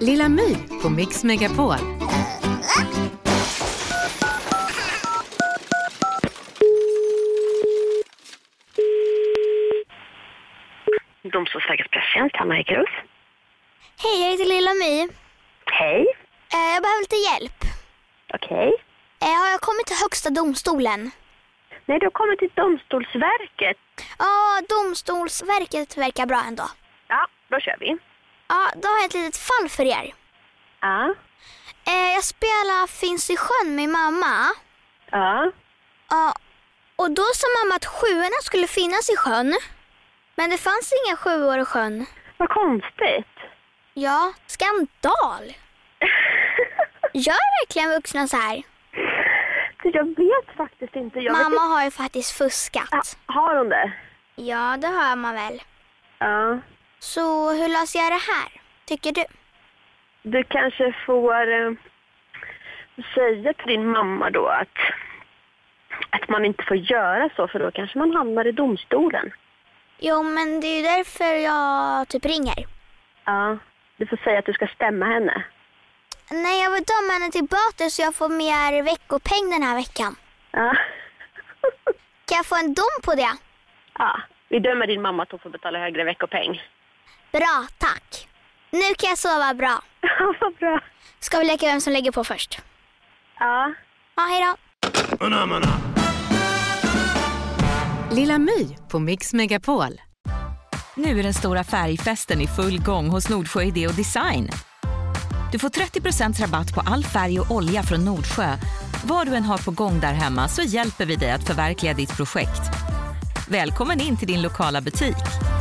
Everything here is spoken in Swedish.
Lilla My på Mix Megapol. Domstolsverkets presstjänst, Hanna Ekerus. Hej, jag heter Lilla My. Hej. Eh, Jag behöver lite hjälp. Okej. Eh, Har jag kommit till Högsta domstolen? Nej, du har kommit till Domstolsverket. Ja, Domstolsverket verkar bra ändå. Ja, då kör vi. Ja, då har jag ett litet fall för er. Ja. Eh, Jag spelar Finns i sjön med mamma. Ja. Ja, och då sa mamma att sjuorna skulle finnas i sjön. Men det fanns inga sjuor i sjön. Vad konstigt. Ja, skandal! Gör verkligen vuxna så här? Du, Jag vet faktiskt inte. Jag Vet Mamma inte. har ju faktiskt fuskat. Ja, har hon det? Ja, det hör man väl. Ja. Så hur löser jag det här, tycker du? Du kanske får eh, säga till din mamma då att, att man inte får göra så för då kanske man hamnar i domstolen. Jo, men det är ju därför jag typ ringer. Ja. Du får säga att du ska stämma henne. Nej, jag vill döma henne till böter så jag får mer veckopeng den här veckan. Ja. Kan jag få en dom på det? ja. Vi dömer din mamma att hon får betala högre veckopeng. Bra, tack. Nu kan jag sova bra. Ja, vad bra. Ska vi leka vem som lägger på först? Ja. Ja, hej då. Lilla My på Mix Megapol. Nu är den stora färgfesten i full gång hos Nordsjö Idé och Design. Du får 30 rabatt på all färg och olja från Nordsjö. Vad du än har på gång där hemma så hjälper vi dig att förverkliga ditt projekt. Välkommen in till din lokala butik.